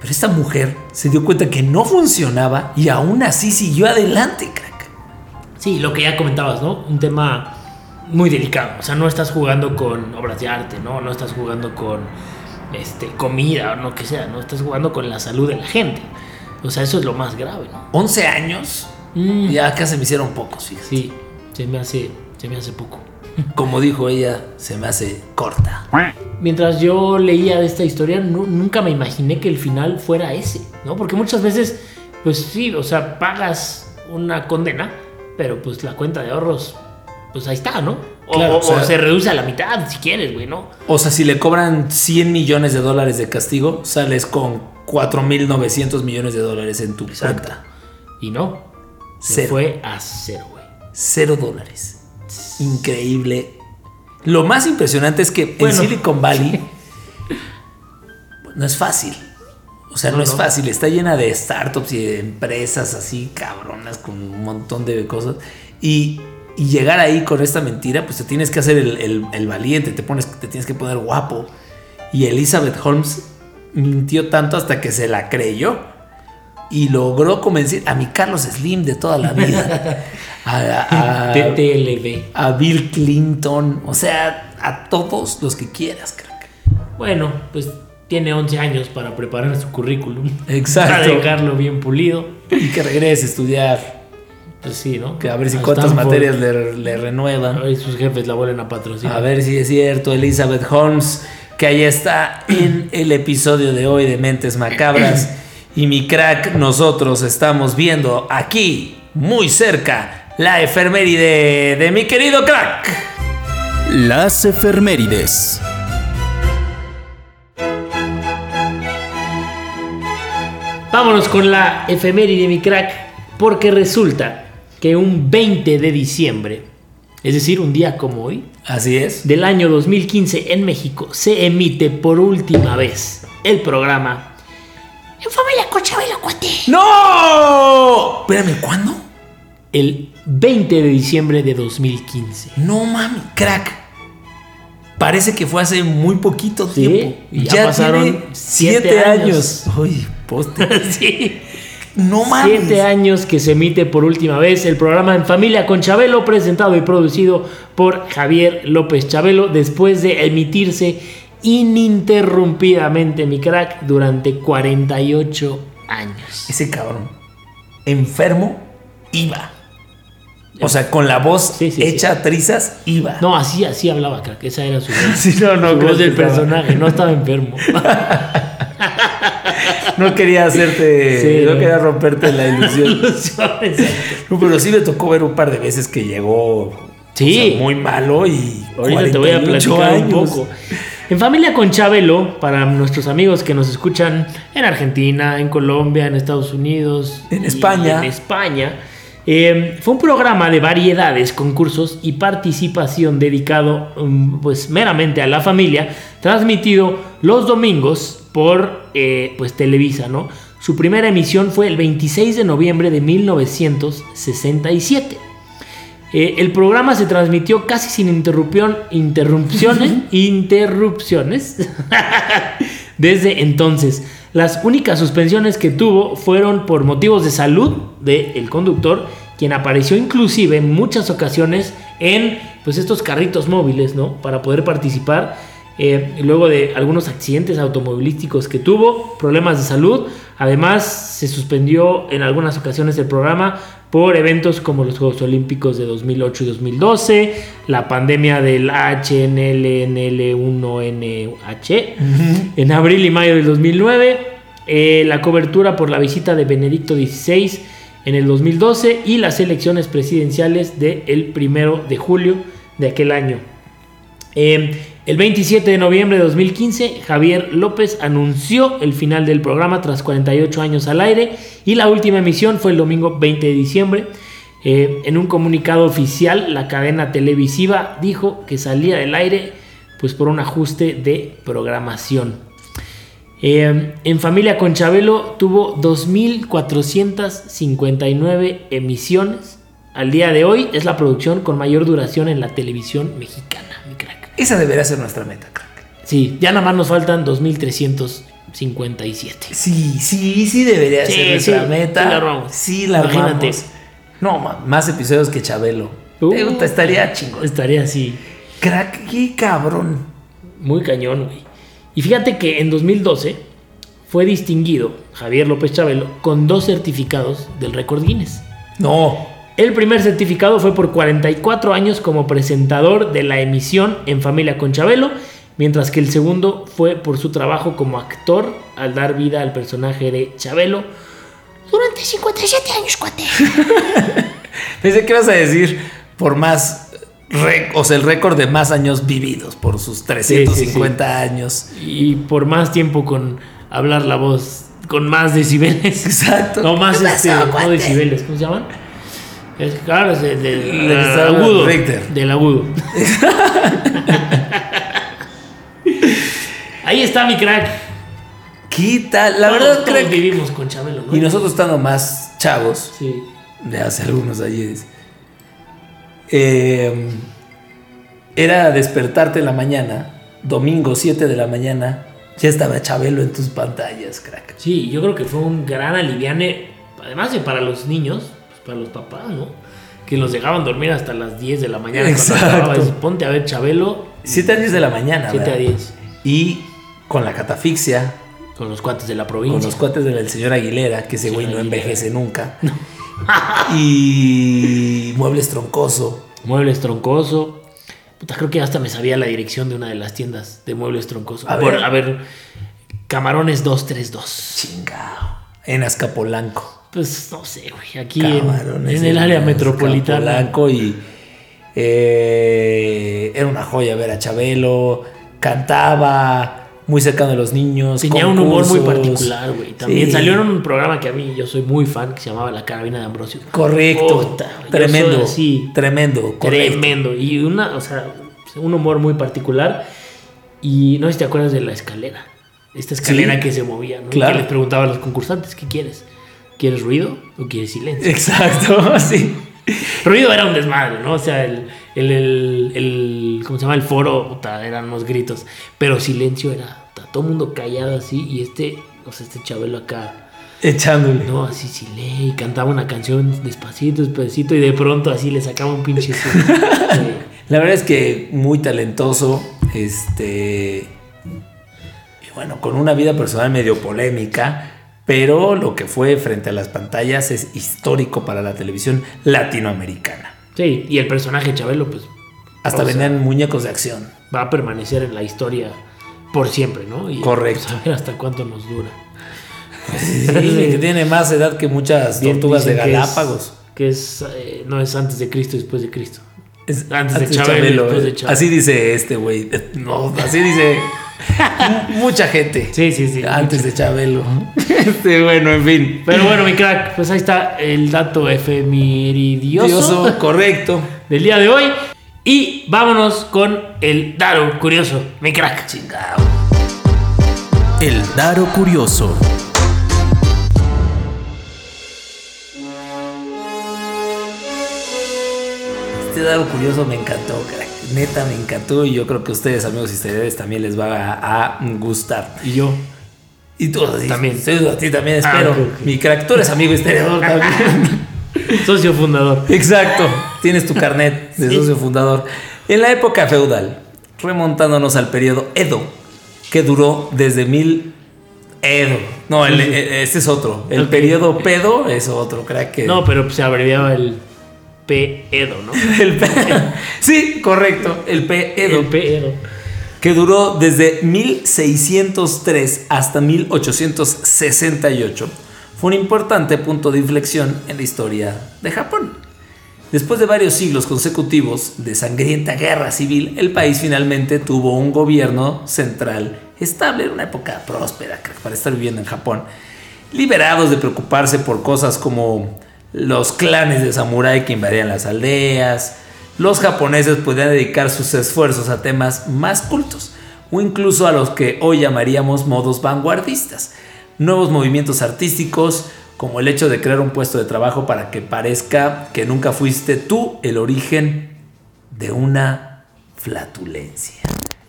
Pero esta mujer se dio cuenta que no funcionaba y aún así siguió adelante, crack.
sí, lo que ya comentabas, ¿no? Un tema muy delicado. O sea, no estás jugando con obras de arte, ¿no? No estás jugando con este, comida o lo que sea, no estás jugando con la salud de la gente. O sea, eso es lo más grave, ¿no?
11 años,
Mm,
ya acá se me hicieron pocos, fíjate.
Sí, se me hace, se me hace poco.
Como dijo ella, se me hace corta.
Mientras yo leía de esta historia, nu- nunca me imaginé que el final fuera ese, ¿no? Porque muchas veces, pues sí, o sea, pagas una condena, pero pues la cuenta de ahorros, pues ahí está, ¿no? O,
Claro,
o-
o sea-
o se reduce a la mitad, si quieres, güey, ¿no?
O sea, si le cobran 100 millones de dólares de castigo, sales con 4.900 millones de dólares en tu cuenta.
Y no, se
Cero.
fue a cero, güey.
Cero dólares. Increíble. Lo más impresionante es que
Bueno.
en Silicon Valley no es fácil. O sea, no,
No,
es
no.
fácil. Está llena de startups y de empresas así cabronas con un montón de cosas. Y, y llegar ahí con esta mentira, pues te tienes que hacer el, el- el valiente, te, pones, te tienes que poner guapo. Y Elizabeth Holmes mintió tanto hasta que se la creyó. Y logró convencer a mi Carlos Slim de toda la vida. A- a- a-
TTLB.
a Bill Clinton, o sea, a todos los que quieras, crack.
Bueno, pues tiene 11 años para preparar su currículum. Para
Exacto.
dejarlo bien pulido.
Y que regrese a estudiar,
Pues sí, ¿no?
que a ver si
Al
cuántas
Stanford.
materias le, le
A
renuevan.
ver si sus jefes la vuelven a patrocinar.
A ver si es cierto, Elizabeth Holmes, que ahí está en el episodio de hoy de Mentes Macabras. Y mi crack, nosotros estamos viendo aquí, muy cerca, la efeméride de mi querido crack.
Las efemérides.
Vámonos con la efeméride, mi crack, porque resulta que un 20 de diciembre, es decir, un día como hoy,
Así es.
del año 2015 en México, se emite por última vez el programa En Familia Cochabelo Cuate.
¡No! Espérame, ¿cuándo?
El 20 de diciembre de 2015.
No mami, crack. Parece que fue hace muy poquito
Sí,
tiempo.
y ya pasaron siete años.
Uy, poste.
sí.
No mames.
Siete años que se emite por última vez el programa En Familia con Chabelo, presentado y producido por Javier López Chabelo, después de emitirse ininterrumpidamente, mi crack, durante 48 años.
Ese cabrón enfermo iba. O sea, con la voz
Sí, sí, sí.
hecha a trizas iba.
No, así, así hablaba, crack. Esa era su voz.
Sí, no, no
su
creo
voz
que
del
estaba.
personaje, no estaba enfermo.
No quería hacerte,
Sí,
no
no.
quería romperte la ilusión.
Ahorita
No, pero sí me tocó ver un par de veces que llegó
Sí.
o sea, muy malo y
te voy a
48
platicar un
años.
poco. En familia con Chabelo, para nuestros amigos que nos escuchan en Argentina, en Colombia, en Estados Unidos,
En
y
España.
en España, eh, fue un programa de variedades, concursos y participación dedicado mm, pues meramente a la familia, transmitido los domingos por eh, pues Televisa, ¿no? Su primera emisión fue el 26 de noviembre de 1967. Eh, el programa se transmitió casi sin interrupción, interrupciones, interrupciones. Desde entonces, las únicas suspensiones que tuvo fueron por motivos de salud del conductor, quien apareció inclusive en muchas ocasiones en pues estos carritos móviles, ¿no? Para poder participar. Eh, luego de algunos accidentes automovilísticos que tuvo, problemas de salud. Además, se suspendió en algunas ocasiones el programa por eventos como los Juegos Olímpicos de 2008 y 2012, la pandemia del HNLNL1NH en abril y mayo del 2009, eh, la cobertura por la visita de Benedicto XVI en el 2012 y las elecciones presidenciales del primero de julio de aquel año. Eh, el 27 de noviembre de 2015, Javier López anunció el final del programa tras 48 años al aire y la última emisión fue el domingo 20 de diciembre. Eh, en un comunicado oficial, la cadena televisiva dijo que salía del aire pues por un ajuste de programación. Eh, en Familia con Chabelo tuvo 2.459 emisiones. Al día de hoy es la producción con mayor duración en la televisión mexicana, mi crack.
Esa debería ser nuestra meta, crack.
Sí, ya nada más nos faltan 2.357.
Sí, sí, sí debería
Sí,
ser nuestra
sí,
meta.
sí la armamos.
Sí la
Imagínate.
armamos. No, ma- más episodios que Chabelo.
Uh.
Eh, puta, estaría chingón.
Estaría así,
Crack, qué cabrón.
muy cañón, güey. Y fíjate que en 2012 fue distinguido Javier López Chabelo con dos certificados del récord Guinness.
No.
El primer certificado fue por 44 años como presentador de la emisión En Familia con Chabelo, mientras que el segundo fue por su trabajo como actor al dar vida al personaje de Chabelo durante 57 años, cuate.
Pensé que ibas a decir por más. rec- o sea, el récord de más años vividos por sus 350 años.
Y por más tiempo con hablar la voz, con más decibeles.
Exacto.
No más
¿Qué pasó,
este, no
cuate?
decibeles, ¿cómo se llaman? Es, claro, es del, del
Del estado
agudo.
Richter.
Del agudo. Ahí está mi crack.
¿Qué tal? La verdad,
Todos
crack.
vivimos con Chabelo, ¿no?
Y nosotros estando más chavos,
Sí.
de hace algunos ayeres, eh, era despertarte en la mañana, domingo 7 de la mañana, ya estaba Chabelo en tus pantallas, crack.
Sí, yo creo que fue un gran aliviane, además de para los niños, pues para los papás, ¿no? Que los dejaban dormir hasta las 10 de la mañana. cuando
Exacto.
acababa. Dices, Ponte a ver Chabelo,
7 a 10 de la mañana,
7 a
¿verdad?
10,
Y con la catafixia,
con los cuates de la
con
provincia.
los cuates del señor Aguilera, que ese güey no
Aguilera.
envejece nunca. y muebles troncoso.
Muebles Troncoso. Puta, creo que hasta me sabía la dirección de una de las tiendas de Muebles Troncoso.
A
Por-
ver.
a ver, Camarones 232.
Chingado. En Azcapolanco.
Pues no sé, güey, aquí en,
Camarones
en el área
en
metropolitana.
Azcapotzalco y eh, era una joya ver a Chabelo, cantaba muy cercano de los niños.
Tenía un humor muy
concursos.
particular, güey. También
Sí.
salió en un programa que a mí yo soy muy fan que se llamaba La Carabina de Ambrosio.
Correcto,
Puta, yo soy
tremendo,
así.
tremendo, correcto.
Tremendo. Y una, o sea, un humor muy particular. Y no sé si te acuerdas de la escalera. Esta escalera
Sí.
que se movía, ¿no? Y
Claro.
Que les preguntaba a los concursantes, ¿qué quieres? ¿Quieres ruido o quieres silencio?
Exacto, sí.
ruido era un desmadre, ¿no? O sea, el, el, el, el- ¿cómo se llama? El foro, puta, eran unos gritos. Pero silencio era, puta, todo el mundo callado así. Y este, o sea, este chabelo acá...
Echándole.
No, así sí y cantaba una canción despacito, despacito, y de pronto así le sacaba un pinche. susto. Sí.
La verdad es que muy talentoso, este... Y bueno, con una vida personal medio polémica, pero lo que fue frente a las pantallas es histórico para la televisión latinoamericana.
Sí, y el personaje Chabelo, pues,
Hasta
O sea-
vendían muñecos de acción.
va a permanecer en la historia por siempre, ¿no? Y
Correcto.
pues, a ver hasta cuánto nos dura.
Sí, que tiene más edad que muchas
Bien
tortugas de
dicen que es-
Galápagos.
Que es, eh, no es antes de Cristo, después de Cristo.
Es-
Antes de Chabelo, después de
eh.
Chabelo.
Así dice este güey. No, así dice mucha gente.
Sí, sí, sí.
Antes de Chabelo. Este, bueno, en fin.
Pero bueno, mi crack, pues ahí está el dato efemeridioso
Dioso, correcto.
del día de hoy. Y vámonos con el dato curioso, mi crack.
El Daro Curioso.
Este dato curioso me encantó, crack. Neta, me encantó. Y yo creo que a ustedes, amigos historiadores, también les va a, a gustar.
Y yo.
Y tú y-
También.
ustedes, a ti también
Ah,
espero.
ok, ok.
Mi crack, tú eres amigo historiador también.
Socio fundador.
Exacto, tienes tu carnet de
Sí.
socio fundador. En la época feudal, remontándonos al periodo Edo, que duró desde mil... Edo. No, el- e- ese es otro. El
Ok.
periodo Pedo es otro, crack. que-
No, pero se abreviaba el P-Edo, ¿no?
el pe- sí, correcto. El Pedo.
El P-Edo.
que duró desde 1603 hasta 1868, fue un importante punto de inflexión en la historia de Japón. Después de varios siglos consecutivos de sangrienta guerra civil, el país finalmente tuvo un gobierno central estable, era una época próspera crack, para estar viviendo en Japón. Liberados de preocuparse por cosas como los clanes de samurái que invadían las aldeas, los japoneses podían dedicar sus esfuerzos a temas más cultos o incluso a los que hoy llamaríamos modos vanguardistas. Nuevos movimientos artísticos como el hecho de crear un puesto de trabajo para que parezca que nunca fuiste tú el origen de una flatulencia.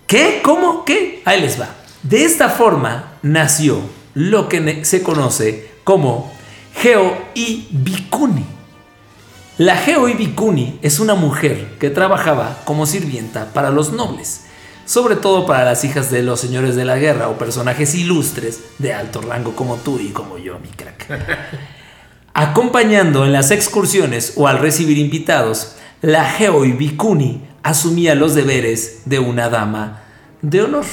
¿Qué? ¿Cómo? ¿Qué? Ahí les va. De esta forma nació lo que ne- se conoce como Geo y Bikuni. La Geo Ibikuni es una mujer que trabajaba como sirvienta para los nobles, sobre todo para las hijas de los señores de la guerra o personajes ilustres de alto rango como tú y como yo, mi crack. Acompañando en las excursiones o al recibir invitados, la Geo Ibikuni asumía los deberes de una dama de honor.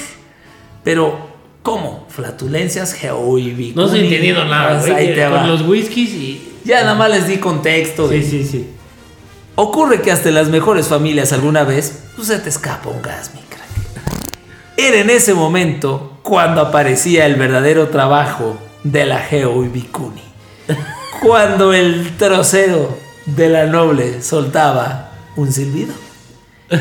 Pero, ¿cómo? Flatulencias Geo Ibikuni.
No estoy entendiendo nada,
Pues
güey. eh,
ahí te
Con
va.
los whiskies y.
Ya nada más les di contexto. de
Sí, sí, sí.
Ocurre que hasta en las mejores familias alguna vez pues, se te escapa un gas, mi crack. Era en ese momento cuando aparecía el verdadero trabajo de la Geo Ibikuni. Cuando el trocero de la noble soltaba un silbido.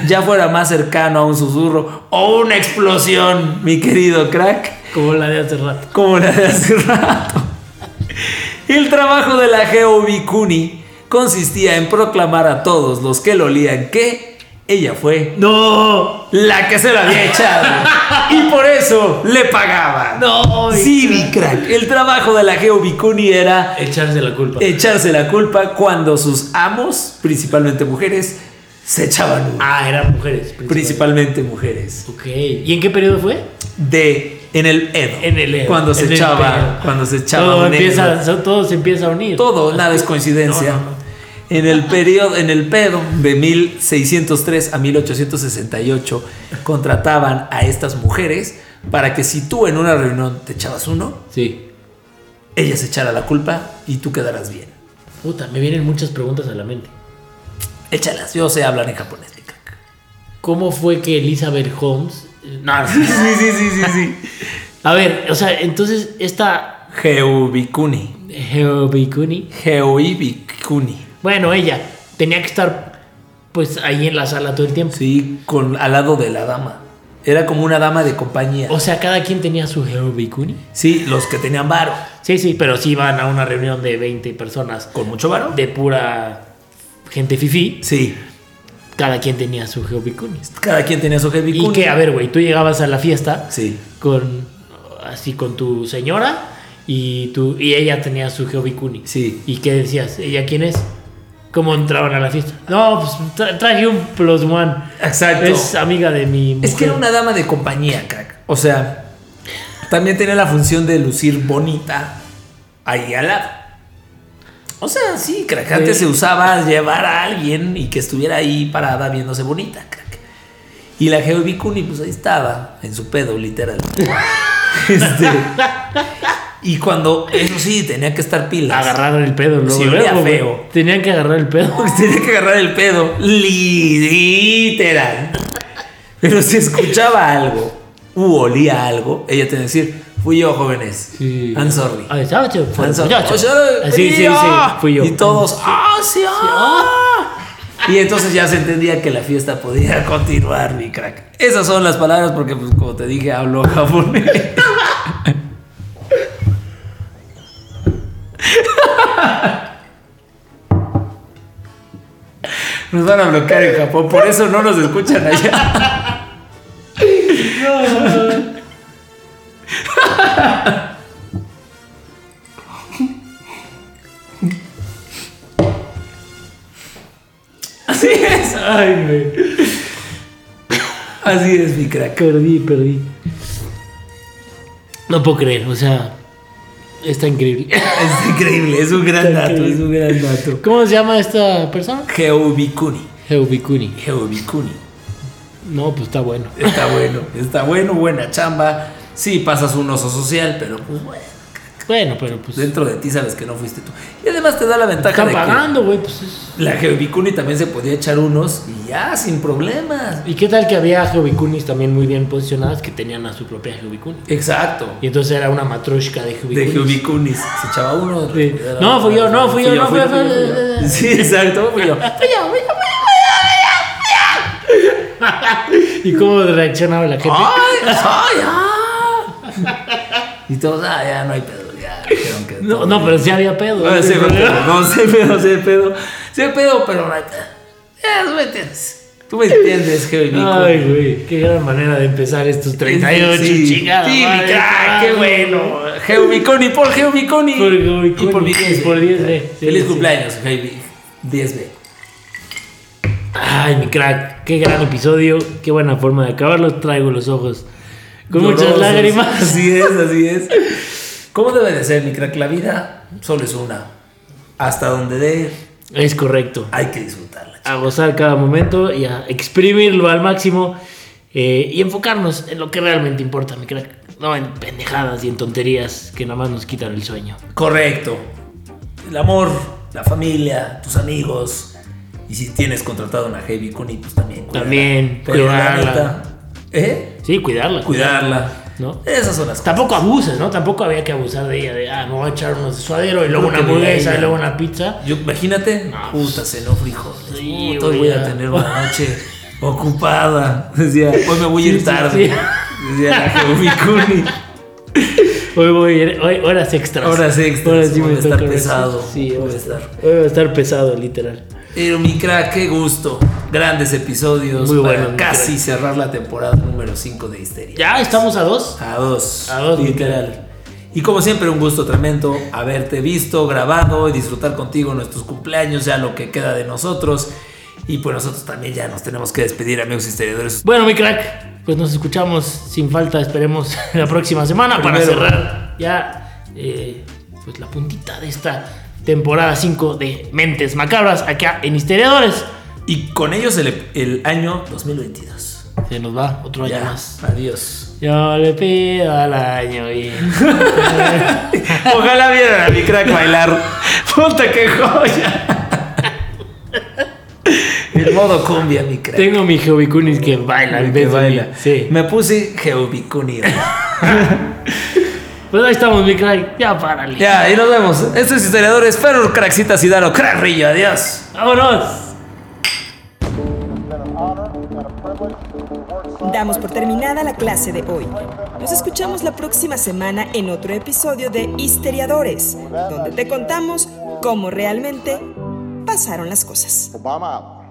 Ya fuera más cercano a un susurro o una explosión, mi querido crack
Como la de hace rato.
como la de hace rato. El trabajo de la Geobicuni consistía en proclamar a todos los que lo olían que ella fue
¡No!
la que se la había echado y por eso le pagaban.
¡No!
sí, mi crack. El trabajo de la Geobicuni era
Echarse la culpa.
echarse la culpa cuando sus amos, principalmente mujeres, se echaban uno.
Ah, eran mujeres. principalmente.
Principalmente mujeres.
Ok. ¿Y en qué periodo fue?
De en el Edo.
En el Edo.
Cuando se
En el
echaba.
Edo.
Cuando se echaba.
todo,
un Edo.
empieza, so- todo se empieza a unir.
Todo, nada es coincidencia.
No, no, no.
En el periodo, en el pedo de 1603 a 1868, contrataban a estas mujeres para que si tú en una reunión te echabas uno,
Sí.
ellas echara la culpa y tú quedarás bien.
Puta, me vienen muchas preguntas a la mente.
Échalas, yo sé hablar en japonés, mi caca.
¿Cómo fue que Elizabeth Holmes... eh, No,
Sí, sí, sí, sí, sí.
A ver, o sea, entonces esta
Geubikuni.
Heobikuni...
Geoibikuni.
Bueno, ella tenía que estar pues ahí en la sala todo el tiempo.
Sí, con, al lado de la dama. Era como una dama de compañía.
O sea, cada quien tenía su Heobikuni.
Sí, los que tenían varo.
Sí, sí, pero sí iban a una reunión de 20 personas
¿Con mucho varo?
de pura gente fifí.
Sí.
Cada quien tenía su Heobikuni.
Cada quien tenía su Geobikuni.
Y que, a ver, güey, tú llegabas a la fiesta
Sí.
con así con tu señora y tu y ella tenía su Geobicuni.
Sí.
¿Y qué decías? ¿Ella quién es? ¿Cómo entraban a la fiesta? No, pues tra- traje un plus one.
Exacto.
Es amiga de mi mujer.
Es que era una dama de compañía, crack. O sea, también tenía la función de lucir bonita ahí al lado. O sea, sí, crack. Antes se usaba llevar a alguien y que estuviera ahí parada viéndose bonita, crack. Y la Heavy Cuni, pues ahí estaba, en su pedo, literal. Este, y cuando, eso sí, tenía que estar pilas.
Agarrar el pedo, luego.
Sí, olía
luego, güey.
feo.
Tenían que agarrar el pedo.
Tenía que agarrar el pedo, literal. Pero si escuchaba algo u olía algo, ella tenía que decir, fui yo, jóvenes.
Sí.
I'm sorry.
Ay, ¿sabes? Ah, Fue
I'm
el
sorry.
muchacho.
Oh, sorry,
Ah, Sí, sí, sí,
ah.
fui yo.
Y todos, ah, sí, ah. Y entonces ya se entendía que la fiesta podía continuar, mi crack. Esas son las palabras porque, pues, como te dije, hablo japonés. Nos van a bloquear en Japón, por eso no nos escuchan allá. Así es,
Ay, güey.
así es, mi crack.
Perdí, perdí. No puedo creer, o sea, está increíble.
Es increíble, es un gran
Está
dato, es un
increíble.
gran dato.
¿Cómo se llama esta persona?
Geobikuni.
Heubikuni.
Geobikuni.
No, pues está bueno.
Está bueno, está bueno, buena chamba. Sí, pasas un oso social, pero pues bueno,
Bueno, pero pues.
dentro de ti sabes que no fuiste tú. Y además te da la ventaja
Están
de
pagando, güey. Pues es-
que la Geobicuni también se podía echar unos y ya, sin problemas.
¿Y qué tal que había Heubikunis también muy bien posicionadas que tenían a su propia Heubikuni?
Exacto.
Y entonces era una matroshka de Heubikunis.
De Geobicunis. Se echaba uno.
Sí.
era
No,
otro.
fui yo, no, fui yo, no, fui
fui
yo,
yo,
fui yo.
fui yo. Sí, exacto, fui yo.
¿Y cómo reaccionaba la gente?
¡Ay, ay, ah! Y todos, ah, ya no hay pedo, ya. dijeron que
No,
todo
no,
bien.
pero sí había pedo.
No, Ah, sí, pero, no, sí, pero, sí, pedo. Sí, pedo, pero no hay pedo. Ya, tú me entiendes. Tú me entiendes, Heavy Mico.
Ay, güey, qué gran manera de empezar estos 38,
Sí,
chingada.
Sí, mi
madre, ah,
crack, qué
carajo.
bueno. Heavy Miconi, por Heavy Miconi.
Por Heavy Miconi,
Y por mi
pues,
10B.
por 10B, sí,
Feliz
sí.
cumpleaños, Heavy. 10B.
Ay, mi crack, qué gran episodio, qué buena forma de acabarlos. Traigo los ojos con muchas
Llorosos.
lágrimas.
Así es, así es. ¿Cómo debe de ser, mi crack? La vida solo es una. Hasta donde dé,
Es correcto.
hay que disfrutarla.
A gozar cada momento y a exprimirlo al máximo eh, y enfocarnos en lo que realmente importa, mi crack. No en pendejadas y en tonterías que nada más nos quitan el sueño.
Correcto. El amor, la familia, tus amigos. Y si tienes contratado una Heavy Cuni, pues también. cuídala.
También,
Pero la
cuidarla.
neta, ¿Eh?
Sí, cuidarla.
Cuidarla.
¿No?
Esas son las cosas.
Tampoco abuses, ¿no? Tampoco había que abusar de ella, de, ah, me voy a echar unos de suadero y
Creo
luego una
que ni
hamburguesa
ella.
y luego una pizza.
Yo, imagínate,
No,
puta, cenó frijoles.
sí,
Puta, hoy voy a
güey.
tener una noche ocupada. Decía, hoy me voy a
Sí,
ir
sí,
tarde. Decía la Heavy Cuni.
Hoy voy, a ir- hoy, horas extras.
Horas extras,
Hoy
voy a estar
toca ver-
pesado,
Sí,
voy
hoy
a
voy a
estar.
estar. Hoy voy a estar pesado, literal.
Pero mi crack, qué gusto. Grandes episodios
Muy
para
bueno, mi
casi cerrar la temporada número 5 de Histeria.
Ya estamos a dos.
A dos.
A dos,
Literal. Y como siempre, un gusto tremendo haberte visto, grabado y disfrutar contigo nuestros cumpleaños, ya lo que queda de nosotros. Y pues nosotros también ya nos tenemos que despedir, amigos historiadores.
Bueno, mi crack, pues nos escuchamos sin falta, esperemos la próxima semana para
Primero.
cerrar ya eh, pues la puntita de esta temporada 5 de Mentes Macabras acá en Histeriadores.
Y con ellos el, el año 2022.
Se nos va otro año
Ya,
más.
adiós.
Yo le pido al año bien.
Ojalá vieran a mi crack bailar. Puta que joya. El modo cumbia, mi crack.
Tengo mi Jovicunis que baila en
El
vez
que
de
baila.
mí. Sí.
Me puse geobicuni.
Pues ahí estamos, mi crack. Ya párale.
Ya, y nos vemos. Estos historiadores, Ferro, Craxita, Sidaro, Crack Rillo, adiós.
¡Vámonos!
Damos por terminada la clase de hoy. Nos escuchamos la próxima semana en otro episodio de Histeriadores, donde te contamos cómo realmente pasaron las cosas.
Obama out.